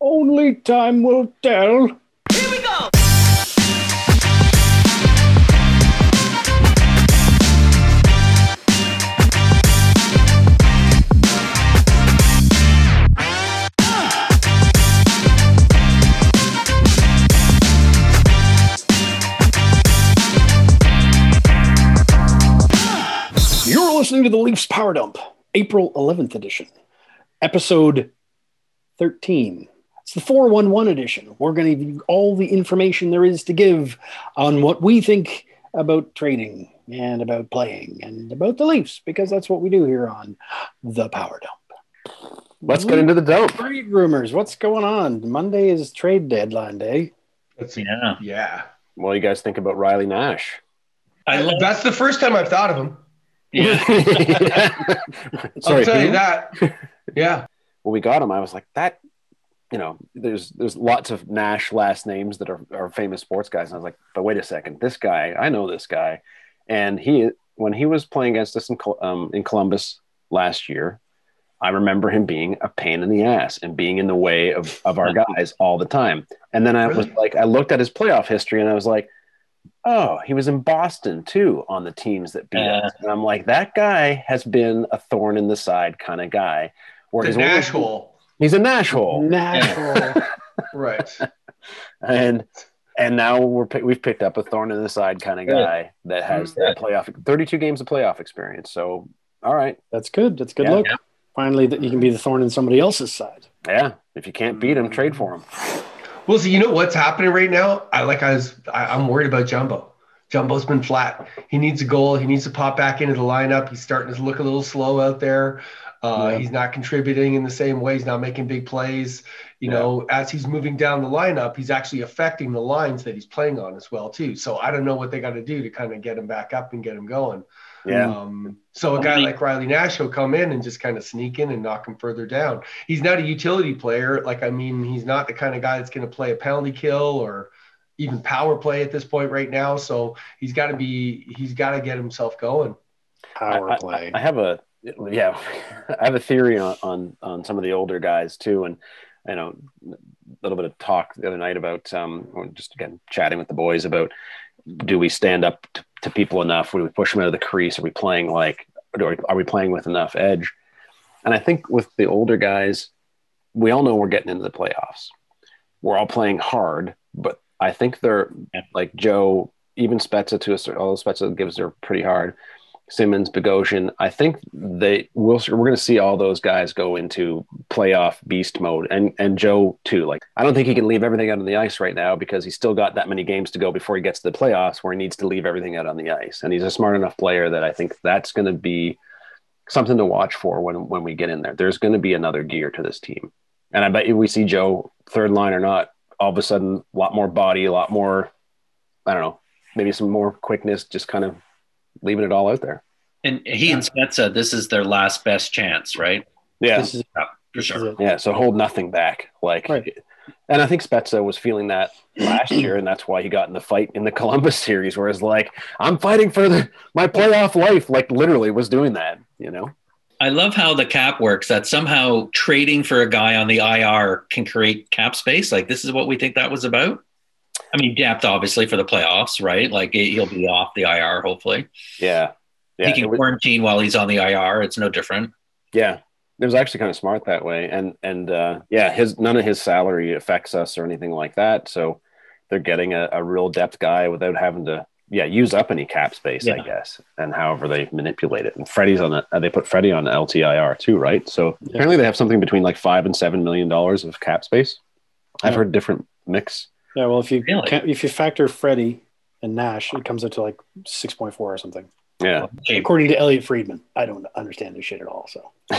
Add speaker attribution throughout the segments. Speaker 1: Only time will tell. You're listening to the Leafs Power Dump, April 11th edition, episode 13. It's the 411 edition. We're going to give you all the information there is to give on what we think about trading and about playing and about the Leafs, because that's what we do here on the Power Dump.
Speaker 2: Let's get into the dope.
Speaker 1: trade rumors. What's going on? Monday is trade deadline day.
Speaker 3: That's
Speaker 4: Yeah.
Speaker 3: yeah.
Speaker 2: What do you guys think about Riley Nash?
Speaker 4: I love
Speaker 3: That's the first time I've thought of him.
Speaker 4: yeah.
Speaker 2: Sorry,
Speaker 3: I'll tell
Speaker 2: who?
Speaker 3: you that. Yeah.
Speaker 2: when we got him, I was like, that, you know, there's there's lots of Nash last names that are, are famous sports guys. And I was like, but wait a second, this guy, I know this guy. And he, when he was playing against us in, Col- um, in Columbus last year, I remember him being a pain in the ass and being in the way of, of our guys all the time. And then I was
Speaker 3: Really?
Speaker 2: like, I looked at his playoff history and I was like, oh, he was in Boston too on the teams that beat
Speaker 4: Yeah.
Speaker 2: us. And I'm like, that guy has been a thorn in the side kind of guy. Where
Speaker 3: The
Speaker 2: he's always-
Speaker 3: Nash hole.
Speaker 2: He's a Nash
Speaker 1: Mm-hmm.
Speaker 2: hole,
Speaker 1: Natural.
Speaker 3: Right.
Speaker 2: and and now we're pi- we've picked up a thorn in the side kind of guy that has that playoff thirty-two games of playoff experience. So, all right,
Speaker 1: that's good. That's good
Speaker 2: Yeah.
Speaker 1: luck. Finally, that you can be the thorn in somebody else's side.
Speaker 2: yeah, if you can't beat him, trade for him.
Speaker 3: Well, see, you know what's happening right now? I like I was I, I'm worried about Jumbo. Jumbo's been flat. He needs a goal. He needs to pop back into the lineup. He's starting to look a little slow out there. Uh,
Speaker 1: Yeah.
Speaker 3: He's not contributing in the same way. He's not making big plays. You
Speaker 2: Yeah.
Speaker 3: know, as he's moving down the lineup, he's actually affecting the lines that he's playing on as well too. So I don't know what they got to do to kind of get him back up and get him going.
Speaker 2: Yeah,
Speaker 3: Um, so a guy like Riley Nash will come in and just kind of sneak in and knock him further down. He's not a utility player. Like, I mean, he's not the kind of guy that's going to play a penalty kill or even power play at this point right now. So he's got to be, he's got to get himself going.
Speaker 1: Power play.
Speaker 2: I have a yeah, I have a theory on on, on some of the older guys too, and you know, a little bit of talk the other night about um, or just again chatting with the boys about do we stand up to, to people enough? Do we push them out of the crease? Are we playing like, or are we playing with enough edge? And I think with the older guys, we all know we're getting into the playoffs. We're all playing hard, but I think they're like Joe, even Spezza to a certain, although Spezza gives her pretty hard. Simmons, Bogosian. I think they will. We're going to see all those guys go into playoff beast mode, and and Joe too. Like I don't think he can leave everything out on the ice right now because he's still got that many games to go before he gets to the playoffs, where he needs to leave everything out on the ice. And he's a smart enough player that I think that's going to be something to watch for when when we get in there. There's going to be another gear to this team, and I bet you we see Joe third line or not. All of a sudden, a lot more body, a lot more. I don't know, maybe some more quickness, just kind of leaving it all out there.
Speaker 4: And
Speaker 3: he and
Speaker 4: Spezza, this is their last best chance, right?
Speaker 2: Yeah.
Speaker 1: This is,
Speaker 4: For
Speaker 1: this is it.
Speaker 2: Yeah. So hold nothing back. Like,
Speaker 1: Right.
Speaker 2: and I think Spezza was feeling that last year, and that's why he got in the fight in the Columbus series, where it's like, I'm fighting for the, my playoff life. Like, literally was doing that, you know?
Speaker 5: I love how the cap works that somehow trading for a guy on the IR can create cap space. Like, this is what we think that was about. I mean, depth, obviously, for the playoffs, right? Like, it- he'll be off the IR, hopefully.
Speaker 2: Yeah. Yeah.
Speaker 5: he can
Speaker 2: it was-
Speaker 5: quarantine while he's on the IR. It's no different.
Speaker 2: yeah. It was actually kind of smart that way. And, and, uh, yeah, his, none of his salary affects us or anything like that. So they're getting a, a real depth guy without having to, yeah, use up any cap space, I
Speaker 5: Yeah.
Speaker 2: guess, and however they manipulate it. And Freddie's on it. They put Freddie on LTIR too, right? So apparently they have something between like five and seven million dollars of cap space. I've
Speaker 1: Yeah.
Speaker 2: heard different mix.
Speaker 1: Yeah, well, if you
Speaker 5: Really?
Speaker 1: can't, if you factor Freddie and Nash, it comes up to like six point four or something,
Speaker 2: Yeah.
Speaker 5: Okay,
Speaker 1: according to Elliot Friedman. I don't understand this shit at all. So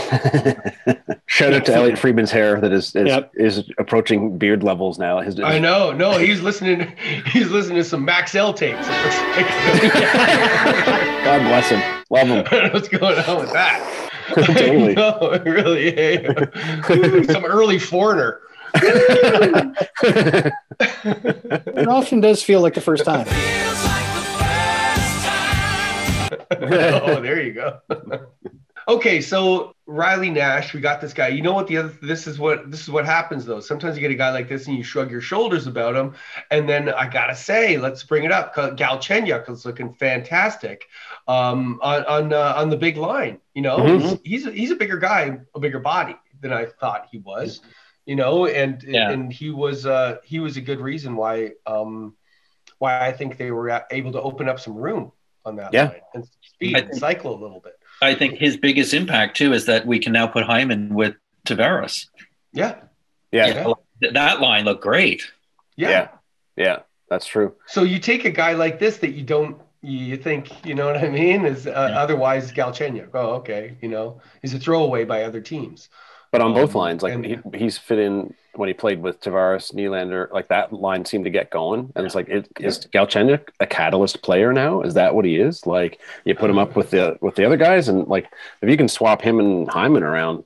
Speaker 2: Shout out to Elliot Friedman's hair that is is,
Speaker 1: Yep.
Speaker 2: is approaching beard levels now. His,
Speaker 3: I know. No, he's listening. He's listening to some Max L tapes. I
Speaker 2: God bless him. Love him.
Speaker 3: don't know what's going on with that.
Speaker 2: Totally.
Speaker 3: No, really. Ooh, some early foreigner.
Speaker 1: it often does feel like the first time.
Speaker 3: oh, there you go. okay, so Riley Nash, we got this guy. You know what? The other this is what this is what happens though. Sometimes you get a guy like this and you shrug your shoulders about him, and then I gotta say, let's bring it up. Galchenyuk is looking fantastic um, on on uh, on the big line. You know,
Speaker 2: Mhm.
Speaker 3: he's, he's a- he's a bigger guy, a bigger body than I thought he was. You know, and
Speaker 5: Yeah.
Speaker 3: and he was uh, he was a good reason why um, why I think they were able to open up some room on that
Speaker 2: Yeah.
Speaker 3: line and speed
Speaker 5: I
Speaker 3: and
Speaker 5: think-
Speaker 3: cycle a little bit.
Speaker 5: I think his biggest impact too is that we can now put Hyman with Tavares.
Speaker 3: Yeah.
Speaker 2: Yeah,
Speaker 3: Yeah.
Speaker 5: Th- That line looked great.
Speaker 3: Yeah.
Speaker 2: Yeah. yeah, that's true.
Speaker 3: So you take a guy like this that you don't you think you know what I mean is uh,
Speaker 5: Yeah.
Speaker 3: otherwise Galchenyuk. Oh, okay. You know, he's a throwaway by other teams.
Speaker 2: But on both
Speaker 3: Um,
Speaker 2: lines, like
Speaker 3: and-
Speaker 2: he, he's fit in when he played with Tavares, Nylander, like that line seemed to get going. And it's like, it, is Galchenyuk a catalyst player now? Is that what he is? Like you put him up with the with the other guys, and like if you can swap him and Hyman around,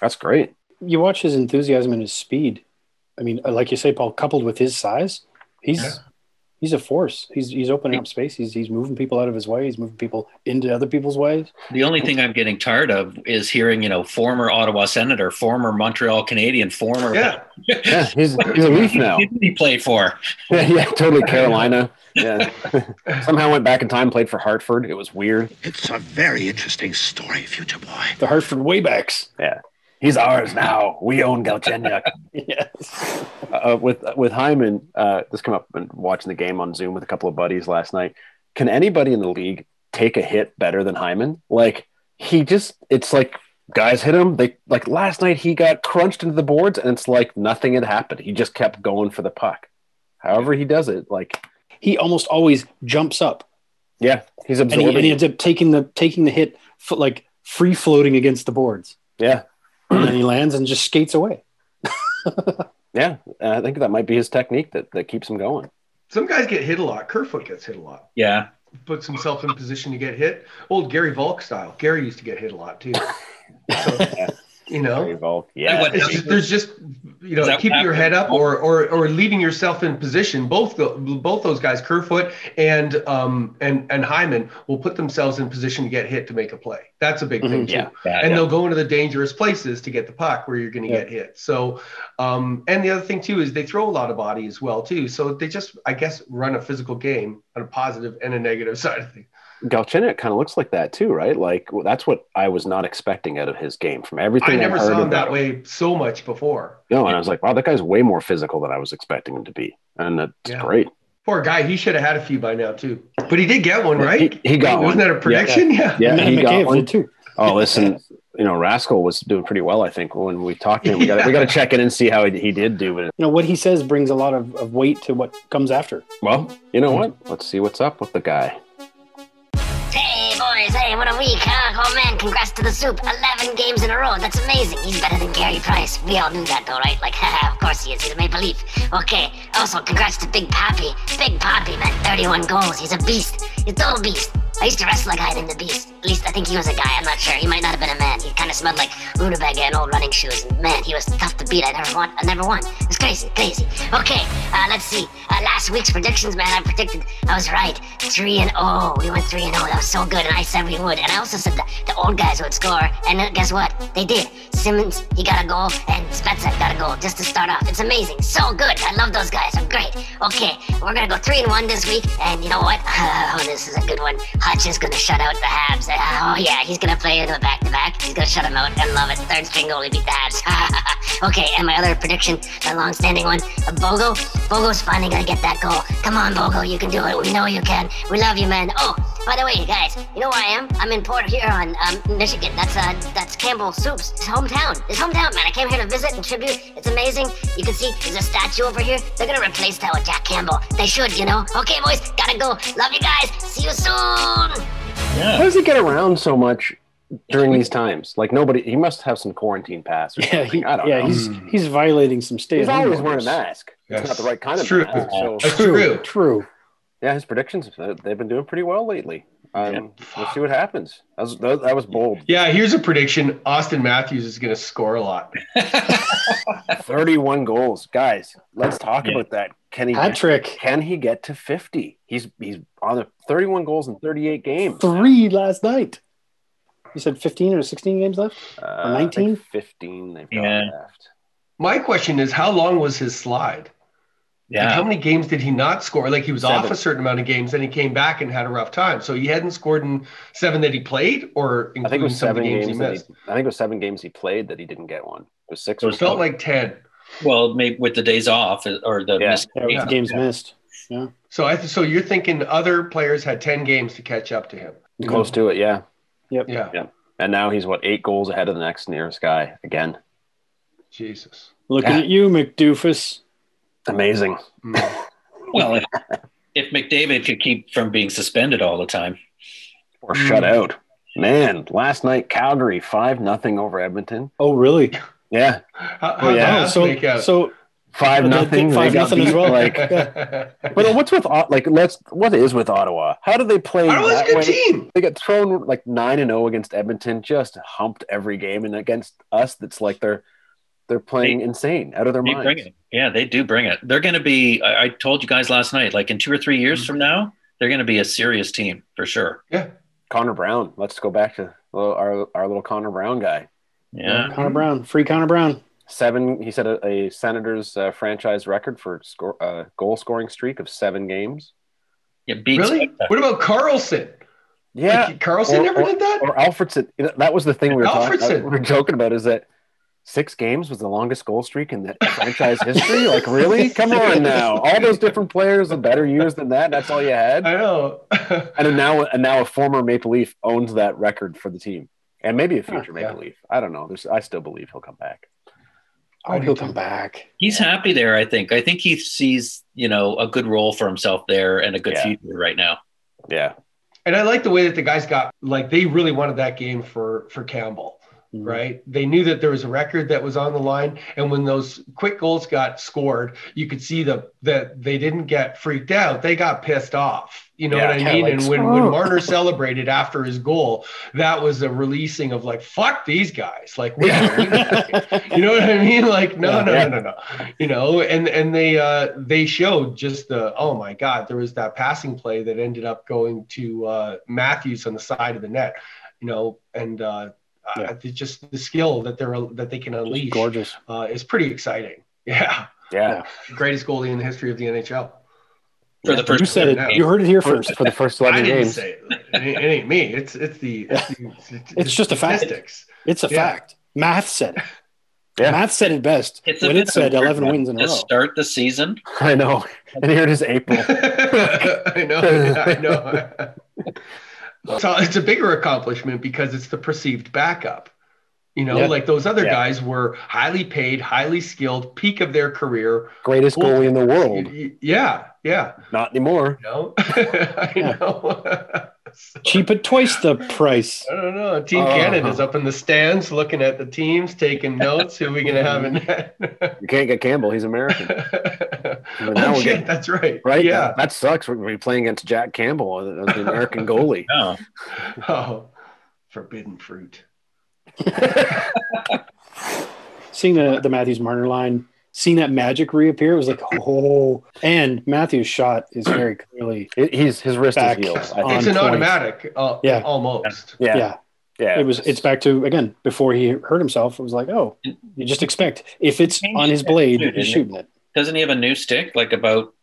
Speaker 2: that's great.
Speaker 1: You watch his enthusiasm and his speed. I mean, uh, like you say, Paul, coupled with his size, he's
Speaker 3: Yeah.
Speaker 1: he's a force. He's he's opening up space. He's he's moving people out of his way. He's moving people into other people's ways.
Speaker 5: The only thing I'm getting tired of is hearing, you know, former Ottawa Senator, former Montreal Canadian, former
Speaker 3: Yeah.
Speaker 2: Yeah, he's he's a leaf now.
Speaker 5: Who did he play for?
Speaker 2: Yeah, yeah, totally Carolina. Yeah, somehow went back in time, played for Hartford. It was weird.
Speaker 6: It's a very interesting story, future boy.
Speaker 1: The Hartford Waybacks.
Speaker 2: He's ours now. We own Galchenyuk.
Speaker 1: Yes.
Speaker 2: uh, with with Hyman, uh, this came up and watching the game on Zoom with a couple of buddies last night. Can anybody in the league take a hit better than Hyman? Like he just, it's like guys hit him. They like last night he got crunched into the boards, and it's like nothing had happened. He just kept going for the puck. However he does it, like
Speaker 1: He almost always jumps up
Speaker 2: yeah, he's
Speaker 1: and he,
Speaker 2: absorbing.
Speaker 1: and he ends up taking the taking the hit fo- like free floating against the boards.
Speaker 2: yeah,
Speaker 1: And then he lands and just skates away.
Speaker 2: yeah. And I think that might be his technique that that keeps him going.
Speaker 3: Some guys get hit a lot. Kerfoot gets hit a lot.
Speaker 5: Yeah.
Speaker 3: Puts himself in position to get hit. Old Gary Volk style. Gary used to get hit a lot too. So, you know,
Speaker 2: Involved. Yeah.
Speaker 5: What-
Speaker 3: it's just, there's just you know
Speaker 5: Is that
Speaker 3: keeping
Speaker 5: what
Speaker 3: your head
Speaker 5: happened?
Speaker 3: up or or or leaving yourself in position both the, both those guys kerfoot and um and and hyman will put themselves in position to get hit to make a play that's a big thing
Speaker 1: Mhm,
Speaker 3: too
Speaker 2: yeah.
Speaker 5: Yeah,
Speaker 3: and
Speaker 5: yeah.
Speaker 3: they'll go into the dangerous places to get the puck where you're going to
Speaker 1: Yeah.
Speaker 3: get hit so um and the other thing too is they throw a lot of body as well too so they just i guess run a physical game on a positive and a negative side of things
Speaker 2: Galchenyuk kind of looks like that too, right? Like well, that's what I was not expecting out of his game from everything.
Speaker 3: i never
Speaker 2: heard
Speaker 3: saw him
Speaker 2: about
Speaker 3: that way so much before
Speaker 2: No, and I was like, wow, that guy's way more physical than I was expecting him to be, and that's
Speaker 3: Yeah.
Speaker 2: great.
Speaker 3: Poor guy, he should have had a few by now too. But he did get one, right?
Speaker 2: He- he got one.
Speaker 3: Wasn't that a prediction? Yeah.
Speaker 2: Yeah,
Speaker 1: and then
Speaker 2: he got
Speaker 1: McCabe
Speaker 2: one.
Speaker 1: did too.
Speaker 2: Oh, listen, you know, Rascal was doing pretty well. I think when we talked to him, we got we got to check in and see how he, he did do. But
Speaker 1: You know what he says brings a lot of, of weight to what comes after.
Speaker 2: well, you know what? Let's see what's up with the guy.
Speaker 7: Hey, boys, hey, what a week, huh? Oh, man, congrats to the soup. 11 games in a row. That's amazing. He's better than Gary Price. We all knew that, though, right? Like, haha, of course he is. He's a Maple Leaf. Okay, also, congrats to Big Poppy. Big Poppy, man, 31 goals. He's a beast. He's a total beast. I used to wrestle a guy named the Beast. At least I think he was a guy. I'm not sure. He might not have been a man. He kind of smelled like rutabaga and old running shoes. And man, he was tough to beat. I never won. I never won. It was crazy, crazy. Okay, uh, let's see. Uh, last week's predictions, man. I predicted I was right. Three and oh, we went three and oh. That was so good. And I said we would. And I also said that the old guys would score. And uh, guess what? They did. Simmons, he got a goal, and Spezza got a goal just to start off. It's amazing. So good. I love those guys. I'm great. Okay, we're gonna go three and one this week. And you know what? oh, this is a good one. Hutch is gonna shut out the Habs. Uh, oh yeah, he's gonna play into a back to back. He's gonna shut him out. I love it. Third string goalie beat the Habs. okay, and my other prediction, my long-standing one, uh, Bogo. Bogo's finally gonna get that goal. Come on, Bogo, you can do it. We know you can. We love you, man. Oh, by the way, you guys, you know where I am? I'm in Port Huron, um, Michigan. That's uh, that's Campbell Soup's his hometown. His hometown, man. I came here to visit and tribute. It's amazing. You can see there's a statue over here. They're gonna replace that with Jack Campbell. They should, you know. Okay, boys, gotta go. Love you guys. See you soon.
Speaker 2: How does he get around so much during these times? Like nobody, he must have some quarantine pass. Or
Speaker 1: Yeah,
Speaker 2: something.
Speaker 1: he,
Speaker 2: I don't
Speaker 1: yeah,
Speaker 2: know.
Speaker 1: he's he's violating some state.
Speaker 2: He's always wearing a mask.
Speaker 3: Yes.
Speaker 2: It's not the right kind of
Speaker 3: It's true.
Speaker 2: mask. So
Speaker 3: That's
Speaker 1: True,
Speaker 3: true.
Speaker 1: true.
Speaker 2: yeah, his predictions uh, they've been doing pretty well lately. Um,
Speaker 5: Yeah.
Speaker 2: We'll see what happens. That was, that, that was bold.
Speaker 3: Yeah, here's a prediction. Austin Matthews is going to score a lot.
Speaker 2: Thirty-one goals, guys. Let's talk
Speaker 5: Yeah.
Speaker 2: about that. Can he
Speaker 1: Hat
Speaker 2: get,
Speaker 1: trick.
Speaker 2: can he get to fifty? He's he's on a thirty-one goals in thirty-eight games. Uh,
Speaker 1: Three last night. You said 15 or 16 games left?
Speaker 2: Uh,
Speaker 1: 19?
Speaker 2: 15 they've got
Speaker 5: Yeah.
Speaker 2: left.
Speaker 3: My question is, how long was his slide? Like,
Speaker 5: Yeah.
Speaker 3: how many games did he not score? Like he was off
Speaker 2: Seven.
Speaker 3: a certain amount of games, and he came back and had a rough time. So he hadn't scored in seven that he played, or
Speaker 2: I think it
Speaker 3: including
Speaker 2: was
Speaker 3: some of the
Speaker 2: seven
Speaker 3: games,
Speaker 2: games.
Speaker 3: he
Speaker 2: that he,
Speaker 3: missed.
Speaker 2: I think it was seven games he played that he didn't get one. It was six.
Speaker 5: So
Speaker 2: or
Speaker 5: it
Speaker 3: It
Speaker 2: seven.
Speaker 3: felt like ten.
Speaker 5: Well, maybe with the days off uh, or the
Speaker 2: Yeah.
Speaker 5: missed
Speaker 1: Yeah, with
Speaker 5: games.
Speaker 1: the games missed.
Speaker 3: So I so you're thinking other players had ten games to catch up to him.
Speaker 2: close to it. Yeah,
Speaker 3: Yeah,
Speaker 2: and now he's what eight goals ahead of the next nearest guy again.
Speaker 3: Jesus.
Speaker 1: Looking
Speaker 2: Yeah.
Speaker 1: at you, McDoofus.
Speaker 2: Amazing.
Speaker 3: Mm.
Speaker 5: Well, if, if McDavid could keep from being suspended all the time,
Speaker 2: Or
Speaker 3: Mm.
Speaker 2: shut out. Man, last night Calgary five nothing over Edmonton.
Speaker 1: Oh, really?
Speaker 2: Yeah,
Speaker 3: How,
Speaker 2: Oh,
Speaker 3: how'd
Speaker 2: yeah.
Speaker 3: that
Speaker 1: so,
Speaker 3: make out?
Speaker 1: so
Speaker 2: five
Speaker 1: But they
Speaker 2: nothing.
Speaker 1: did 5-0 as well.
Speaker 2: Like, but what's with Ot- like? Let's. What is with Ottawa? How do they play
Speaker 3: Ottawa's a
Speaker 2: that
Speaker 3: good
Speaker 2: way?
Speaker 3: team.
Speaker 2: They got thrown like nine and zero against Edmonton. Just humped every game, and against us, that's like they're they're playing insane, out of their
Speaker 5: they
Speaker 2: minds.
Speaker 5: bring it. Yeah, they do bring it. They're going to be. I, I told you guys last night, like in two or three
Speaker 2: Mm.
Speaker 5: years from now, they're going to be a serious team for sure.
Speaker 2: Connor Brown. Let's go back to little- our our little Connor Brown guy.
Speaker 5: Yeah.
Speaker 1: Connor Brown, free Connor Brown.
Speaker 2: Seven. He set a, a Senators uh, franchise record for score, uh, goal scoring streak of seven games.
Speaker 5: yeah beats
Speaker 3: Really? What about Carlson?
Speaker 2: Yeah,
Speaker 3: Like, Carlson
Speaker 2: Or-
Speaker 3: never did that.
Speaker 2: or Alfredson. You know, That was the thing we were talking
Speaker 3: Alfredson.
Speaker 2: about. We were joking about is that six games was the longest goal streak in the franchise history. Like, really? Come on now. All those different players with better years than that. That's all you had.
Speaker 3: I know.
Speaker 2: And now, and now a former Maple Leaf owns that record for the team, and maybe a future
Speaker 3: yeah.
Speaker 2: Maple Leaf. I don't know. There's, I still believe he'll come back.
Speaker 1: Oh, he'll come back.
Speaker 5: He's happy there. I think. I think he sees you know a good role for himself there and a good
Speaker 2: Yeah.
Speaker 5: future right now.
Speaker 2: Yeah,
Speaker 3: and I like the way that the guys got like they really wanted that game for for Campbell.
Speaker 2: Mm-hmm.
Speaker 3: right? They knew that there was a record that was on the line, and when those quick goals got scored, you could see the that they didn't get freaked out; they got pissed off. You know
Speaker 2: Yeah,
Speaker 3: what
Speaker 1: kinda
Speaker 3: I mean?
Speaker 1: like,
Speaker 3: and when when
Speaker 1: "Oh."
Speaker 3: Marner celebrated after his goal, that was a releasing of like "fuck these guys," like we you know what I mean? Like no,
Speaker 1: Yeah.
Speaker 3: no, no, no, no. You know, and and they uh, they showed just the oh my god, there was that passing play that ended up going to uh, Matthews on the side of the net. You know, and uh,
Speaker 1: Yeah.
Speaker 3: uh, it's just the skill that they're that they can
Speaker 1: Just
Speaker 3: unleash
Speaker 1: Gorgeous.
Speaker 3: uh, is pretty exciting. Yeah,
Speaker 2: yeah.
Speaker 3: greatest goalie in the history of the NHL.
Speaker 5: For the
Speaker 1: You
Speaker 5: first,
Speaker 1: said
Speaker 3: now.
Speaker 1: it. You heard it here
Speaker 2: For,
Speaker 1: first.
Speaker 2: for the first
Speaker 3: I
Speaker 2: eleven
Speaker 3: didn't
Speaker 2: games,
Speaker 3: say it. it. ain't- It ain't me. It's it's the it's, the,
Speaker 1: It's just a fact.
Speaker 3: statistics.
Speaker 1: It's a
Speaker 3: Yeah.
Speaker 1: fact. Math said it.
Speaker 2: Yeah.
Speaker 1: Math said it best
Speaker 5: it's a
Speaker 1: when
Speaker 5: bit
Speaker 1: it
Speaker 5: of
Speaker 1: said
Speaker 5: a weird
Speaker 1: 11
Speaker 5: one
Speaker 1: wins in a
Speaker 5: to
Speaker 1: row.
Speaker 5: start the season.
Speaker 2: I know. And here it is, April.
Speaker 3: I know. yeah, I know. so it's a bigger accomplishment because it's the perceived backup. You know,
Speaker 1: Yeah.
Speaker 3: like those other
Speaker 2: Yeah.
Speaker 3: guys were highly paid, highly skilled, peak of their career.
Speaker 2: Greatest goalie in the world.
Speaker 3: Y- y- Yeah, yeah.
Speaker 2: Not anymore.
Speaker 3: You know, I
Speaker 1: Yeah.
Speaker 3: know. So-
Speaker 1: Cheap at twice the price.
Speaker 3: I don't know. Team
Speaker 2: Uh,
Speaker 3: Canada's up in the stands looking at the teams, taking notes. Who we going to have in that?
Speaker 2: You can't get Campbell. He's American. But now
Speaker 3: oh,
Speaker 2: we're
Speaker 3: shit,
Speaker 2: getting-
Speaker 3: that's right.
Speaker 2: right?
Speaker 3: Yeah.
Speaker 2: That, that sucks. We're, we're playing against Jack Campbell, uh, the American goalie.
Speaker 5: No,
Speaker 3: Oh, forbidden fruit.
Speaker 1: Seeing the, the Matthews Marner line, seeing that magic reappear, it was like, oh. And Matthews' shot is very clearly,
Speaker 2: It, he's his wrist
Speaker 1: Back
Speaker 2: is healed. I
Speaker 1: on-
Speaker 2: think.
Speaker 3: It's an
Speaker 1: point.
Speaker 3: automatic. Uh,
Speaker 1: Yeah.
Speaker 3: Almost.
Speaker 1: yeah.
Speaker 2: Yeah, yeah,
Speaker 1: It was. It's back to again before he hurt himself. It was like, oh, you just expect if it's on his blade, he's shooting it.
Speaker 5: doesn't he have a new stick? Like about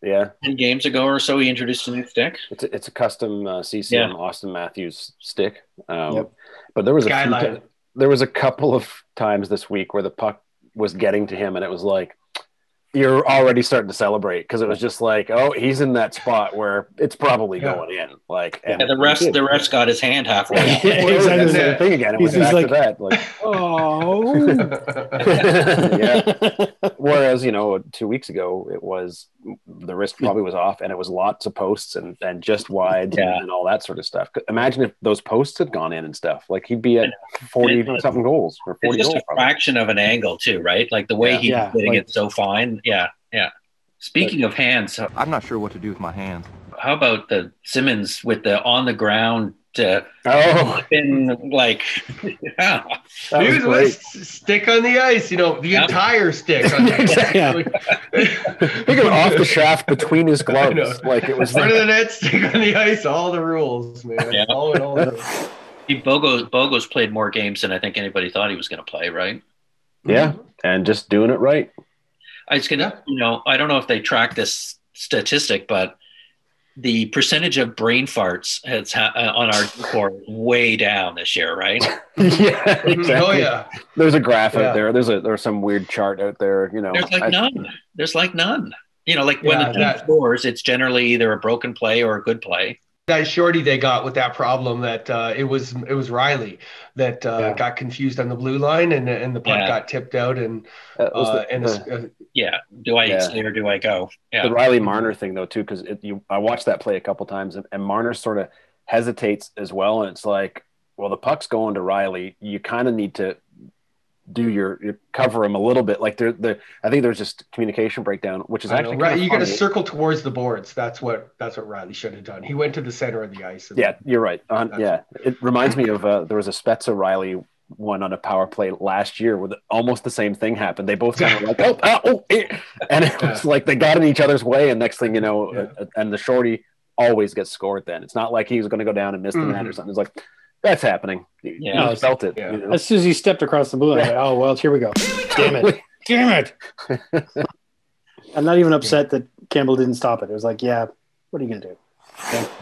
Speaker 2: yeah.
Speaker 5: ten games ago or so, he introduced a new stick.
Speaker 2: It's a, it's a custom uh, CCM
Speaker 5: Yeah.
Speaker 2: Austin Matthews stick. Um,
Speaker 1: Yep.
Speaker 2: But there was a few
Speaker 3: Skyline.
Speaker 2: ti- there was a couple of times this week where the puck was getting to him, and it was like. You're already starting to celebrate because it was just like, oh, he's in that spot where it's probably
Speaker 3: Yeah.
Speaker 2: going in. Like,
Speaker 1: Yeah,
Speaker 5: Yeah, the refs, the refs got his hand halfway. out.
Speaker 1: Yeah,
Speaker 2: Well, it was the
Speaker 1: exactly.
Speaker 2: same thing again. It was
Speaker 1: He's- he's
Speaker 2: back
Speaker 1: like-
Speaker 2: to that. Like,
Speaker 1: Oh,
Speaker 2: yeah. Whereas, you know, two weeks ago, it was the wrist probably was off and it was lots of posts and, and just wide
Speaker 5: Yeah.
Speaker 2: and all that sort of stuff. Imagine if those posts had gone in and stuff. Like he'd be at 40 something goals or
Speaker 5: It's
Speaker 2: 40
Speaker 5: just
Speaker 2: goals.
Speaker 5: a
Speaker 2: Probably.
Speaker 5: fraction of an angle, too, right? Like the way
Speaker 2: Yeah.
Speaker 5: he's
Speaker 1: Yeah,
Speaker 5: getting
Speaker 1: like-
Speaker 5: it so fine. Yeah, yeah. Speaking of hands, how
Speaker 8: I'm not sure what to do with my hands.
Speaker 5: how about the Simmons with the on the ground uh,
Speaker 2: Oh,
Speaker 5: spin? Like, yeah,
Speaker 2: that was
Speaker 3: Dude,
Speaker 2: great.
Speaker 3: let's stick on the ice. You know, the
Speaker 5: Yeah.
Speaker 3: entire stick on the ice.
Speaker 1: Yeah.
Speaker 2: Think of it off the shaft between his
Speaker 3: I know.
Speaker 2: gloves. Like it was
Speaker 3: Front of
Speaker 2: like,
Speaker 3: the net, stick on the ice. All the rules, man.
Speaker 5: Yeah.
Speaker 3: All in all. The rules.
Speaker 5: Bogo Bogo's played more games than I think anybody thought he was going to play. Right?
Speaker 2: Yeah, and just doing it right.
Speaker 5: I was going to,
Speaker 3: Yeah.
Speaker 5: you know, I don't know if they track this statistic, but the percentage of brain farts has ha- uh, on our core way down this year. Right?
Speaker 2: yeah,
Speaker 3: Oh
Speaker 2: exactly.
Speaker 3: yeah.
Speaker 2: There's a graph
Speaker 3: Yeah.
Speaker 2: out there. There's a there's some weird chart out there. You know,
Speaker 5: There's like
Speaker 2: I-
Speaker 5: none. There's like none. You know, like when
Speaker 3: Yeah,
Speaker 5: the team
Speaker 3: that-
Speaker 5: scores, it's generally either a broken play or a good play.
Speaker 3: that shorty they got with that problem that uh, it was it was Riley that uh,
Speaker 1: Yeah.
Speaker 3: got confused on the blue line and and the puck
Speaker 5: Yeah.
Speaker 3: got tipped out and
Speaker 2: uh, what's
Speaker 3: uh,
Speaker 2: the-
Speaker 3: and
Speaker 2: the-
Speaker 3: uh,
Speaker 5: Yeah. Do I
Speaker 2: Yeah.
Speaker 5: stay or do I go? Yeah.
Speaker 2: the Riley Marner thing though too, because you I watched that play a couple times, and, and Marner sort of hesitates as well, and it's like, well, the puck's going to Riley. You kind of need to do your, your cover him a little bit. Like there, the I think there's just communication breakdown, which is
Speaker 3: I
Speaker 2: actually
Speaker 3: know,
Speaker 2: kinda
Speaker 3: right, you got to
Speaker 2: funny.
Speaker 3: circle towards the boards. That's what that's what Riley should have done. He went to the center of the ice. And
Speaker 2: Yeah, you're right. Uh,
Speaker 3: That's-
Speaker 2: yeah, it reminds me of uh, there was a Spezza Riley one on a power play last year where the, almost the same thing happened. They both kind of like oh, ah, oh eh," and it was like they got in each other's way, and next thing you know,
Speaker 3: Yeah.
Speaker 2: uh, and the shorty always gets scored. Then it's not like he was going to go down and miss the net or
Speaker 3: Mhm.
Speaker 2: something. It's like that's happening. You-
Speaker 5: Yeah.
Speaker 2: You just felt it.
Speaker 3: Yeah.
Speaker 2: you know?
Speaker 1: As soon as he stepped across the blue, line, I went, oh well, here we go. Damn it! Damn it! I'm not even upset that Campbell didn't stop it. It was like, yeah, what are you gonna do?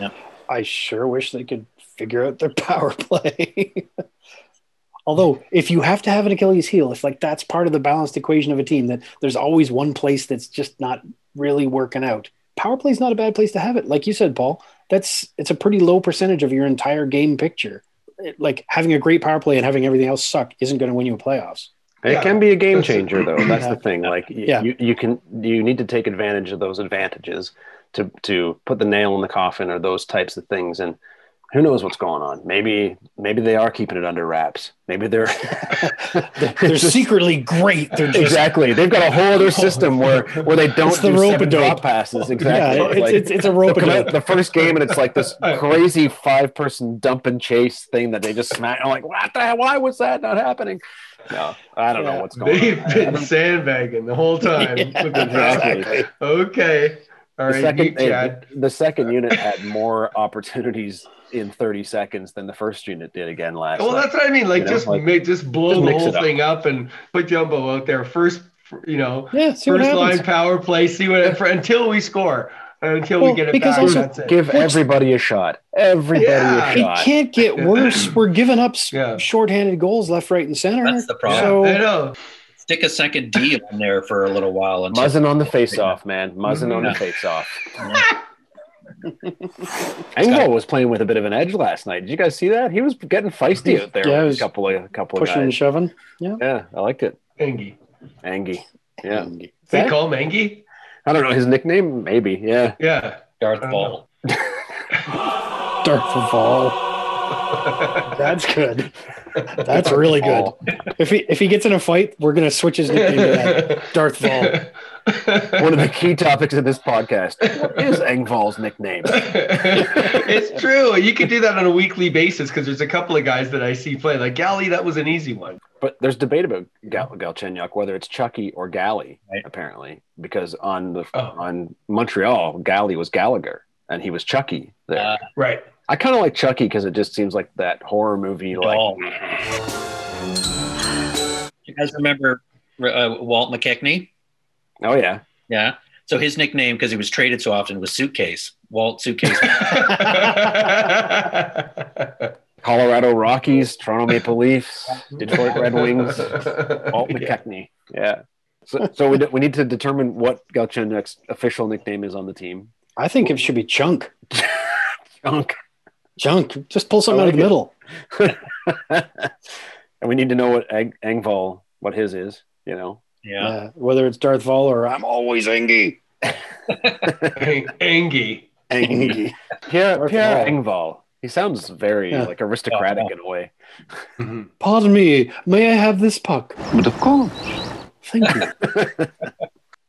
Speaker 5: Yeah.
Speaker 1: I sure wish they could figure out their power play. Although, if you have to have an Achilles heel, if like that's part of the balanced equation of a team, that there's always one place that's just not really working out. Power play's not a bad place to have it, like you said, Paul. That's it's a pretty low percentage of your entire game picture. It- like having a great power play and having everything else suck isn't going to win you playoffs.
Speaker 2: It
Speaker 3: Yeah.
Speaker 2: can be a game
Speaker 3: That's-
Speaker 2: changer, though. That's
Speaker 1: Yeah.
Speaker 2: the thing. Like, y-
Speaker 1: Yeah.
Speaker 2: you, you can you need to take advantage of those advantages to to put the nail in the coffin or those types of things. And who knows what's going on? Maybe maybe they are keeping it under wraps. Maybe they're
Speaker 1: They're secretly great. They're just
Speaker 2: exactly. They've got a whole other system where where they don't
Speaker 1: It's the
Speaker 2: do
Speaker 1: rope
Speaker 2: seven
Speaker 1: a dope.
Speaker 2: drop passes. Exactly.
Speaker 1: Yeah, it's,
Speaker 2: Like,
Speaker 1: it's, it's a
Speaker 2: they'll
Speaker 1: rope.
Speaker 2: come
Speaker 1: a
Speaker 2: out the first game and it's like this crazy five person dump and chase thing that they just smack. I'm like, what the hell? Why was that not happening? No, I don't
Speaker 1: Yeah.
Speaker 2: know what's going
Speaker 3: They've
Speaker 2: on.
Speaker 3: been sandbagging the whole time. With the-
Speaker 2: Exactly.
Speaker 3: Okay. All
Speaker 2: the
Speaker 3: right,
Speaker 2: second,
Speaker 3: you,
Speaker 2: hey,
Speaker 3: Chad.
Speaker 2: the- the second unit had more opportunities in 30 seconds than the first unit did again last
Speaker 3: Well,
Speaker 2: night.
Speaker 3: that's what I mean. Like,
Speaker 2: you know,
Speaker 3: just
Speaker 2: like,
Speaker 3: make, just blow
Speaker 2: just
Speaker 3: the
Speaker 2: mix
Speaker 3: whole
Speaker 2: it up.
Speaker 3: thing up and put Jumbo out there first. You know,
Speaker 1: Yeah, see what
Speaker 3: first
Speaker 1: happens.
Speaker 3: line power play. See what for, until we score, until
Speaker 1: Well,
Speaker 3: we get it
Speaker 1: because
Speaker 3: back.
Speaker 1: also-
Speaker 3: that's it.
Speaker 2: Give everybody a shot. Everybody
Speaker 3: Yeah.
Speaker 2: a shot.
Speaker 1: It can't get worse. We're giving up s-
Speaker 3: Yeah.
Speaker 1: shorthanded goals left, right, and center.
Speaker 5: That's the problem.
Speaker 1: So
Speaker 3: I know.
Speaker 5: Stick a second D on there for a little while until
Speaker 2: Muzzin on the face off, man. Muzzin on the
Speaker 5: Yeah.
Speaker 2: face off. Engel was playing with a bit of an edge last night. Did you guys see that? He was getting feisty out there.
Speaker 1: Yeah, he
Speaker 2: with
Speaker 1: was
Speaker 2: a couple of a couple of
Speaker 1: pushing and
Speaker 2: guys.
Speaker 1: shoving.
Speaker 2: Yeah, I liked it.
Speaker 3: Engie.
Speaker 2: Angie. Yeah.
Speaker 3: They
Speaker 1: Yeah.
Speaker 3: call him Engie?
Speaker 2: I don't know his nickname. Maybe. Yeah.
Speaker 3: Yeah.
Speaker 5: Darth
Speaker 3: I don't
Speaker 5: Ball.
Speaker 1: Darth Vaul. That's good. That's really good. If he if he gets in a fight, we're gonna switch his nickname to that. Darth Vaul.
Speaker 2: One of the key topics of this podcast. What is Engvall's nickname?
Speaker 3: it's true. You could do that on a weekly basis because there's a couple of guys that I see play. Like Galley, that was an easy one.
Speaker 2: But there's debate about Gal- Galchenyuk whether it's Chucky or Galley,
Speaker 5: Right.
Speaker 2: apparently, because on the
Speaker 3: Oh.
Speaker 2: on Montreal, Galley was Gallagher and he was Chucky there.
Speaker 5: Uh,
Speaker 3: Right.
Speaker 2: I kind of like Chucky because it just seems like that horror movie, like
Speaker 5: Doll. You guys remember uh, Walt McKechnie?
Speaker 2: oh yeah,
Speaker 5: Yeah. So his nickname, because he was traded so often, was Suitcase. Walt Suitcase.
Speaker 2: Colorado Rockies, Toronto Maple Leafs, Detroit Red Wings, Walt
Speaker 3: Yeah.
Speaker 2: McKechnie. Yeah. So, so we, d- we need to determine what Galchenyuk's official nickname is on the team.
Speaker 1: I think it should be Chunk.
Speaker 2: Junk.
Speaker 1: Junk. Just pull something
Speaker 2: I
Speaker 1: out of
Speaker 2: like
Speaker 1: the
Speaker 2: it.
Speaker 1: middle.
Speaker 2: and we need to know what Eng- Engvall, what his is. You know,
Speaker 5: yeah.
Speaker 1: Uh, whether it's Darth Vaul or I'm always angry.
Speaker 3: Engie.
Speaker 1: Angry.
Speaker 2: Pierre,
Speaker 1: Darth
Speaker 2: Pierre
Speaker 1: Engvall.
Speaker 2: Engvall. He sounds very
Speaker 1: Yeah.
Speaker 2: like aristocratic in a way. Mm-hmm.
Speaker 1: Pardon me. May I have this puck?
Speaker 6: But of course.
Speaker 1: Thank you.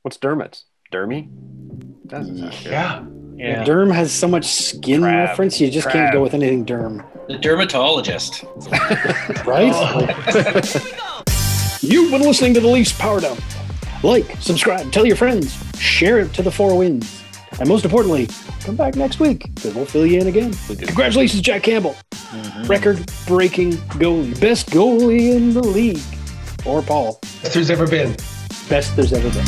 Speaker 2: What's Dermot's? Dermy? That's not good.
Speaker 3: Yeah.
Speaker 5: yeah.
Speaker 1: Derm has so much skin
Speaker 2: Crab.
Speaker 1: reference, you just can't go with anything Derm,
Speaker 5: The dermatologist.
Speaker 2: Oh.
Speaker 1: right? You've been listening to the Leafs Power Dump. Like, subscribe, tell your friends, share it to the four winds. And most importantly, come back next week because we'll fill you in again. Congratulations, Jack Campbell.
Speaker 2: Mm-hmm.
Speaker 9: Record breaking goalie. Best goalie in the league. Or Paul.
Speaker 3: Best there's ever been.
Speaker 9: Best there's ever been.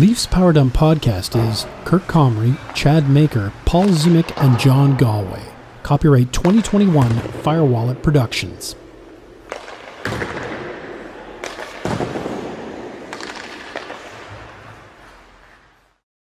Speaker 1: Leafs Power Dump podcast is Kirk Comrie, Chad Maker, Paul Zimick, and John Galway. Copyright 2021 Firewallet Productions.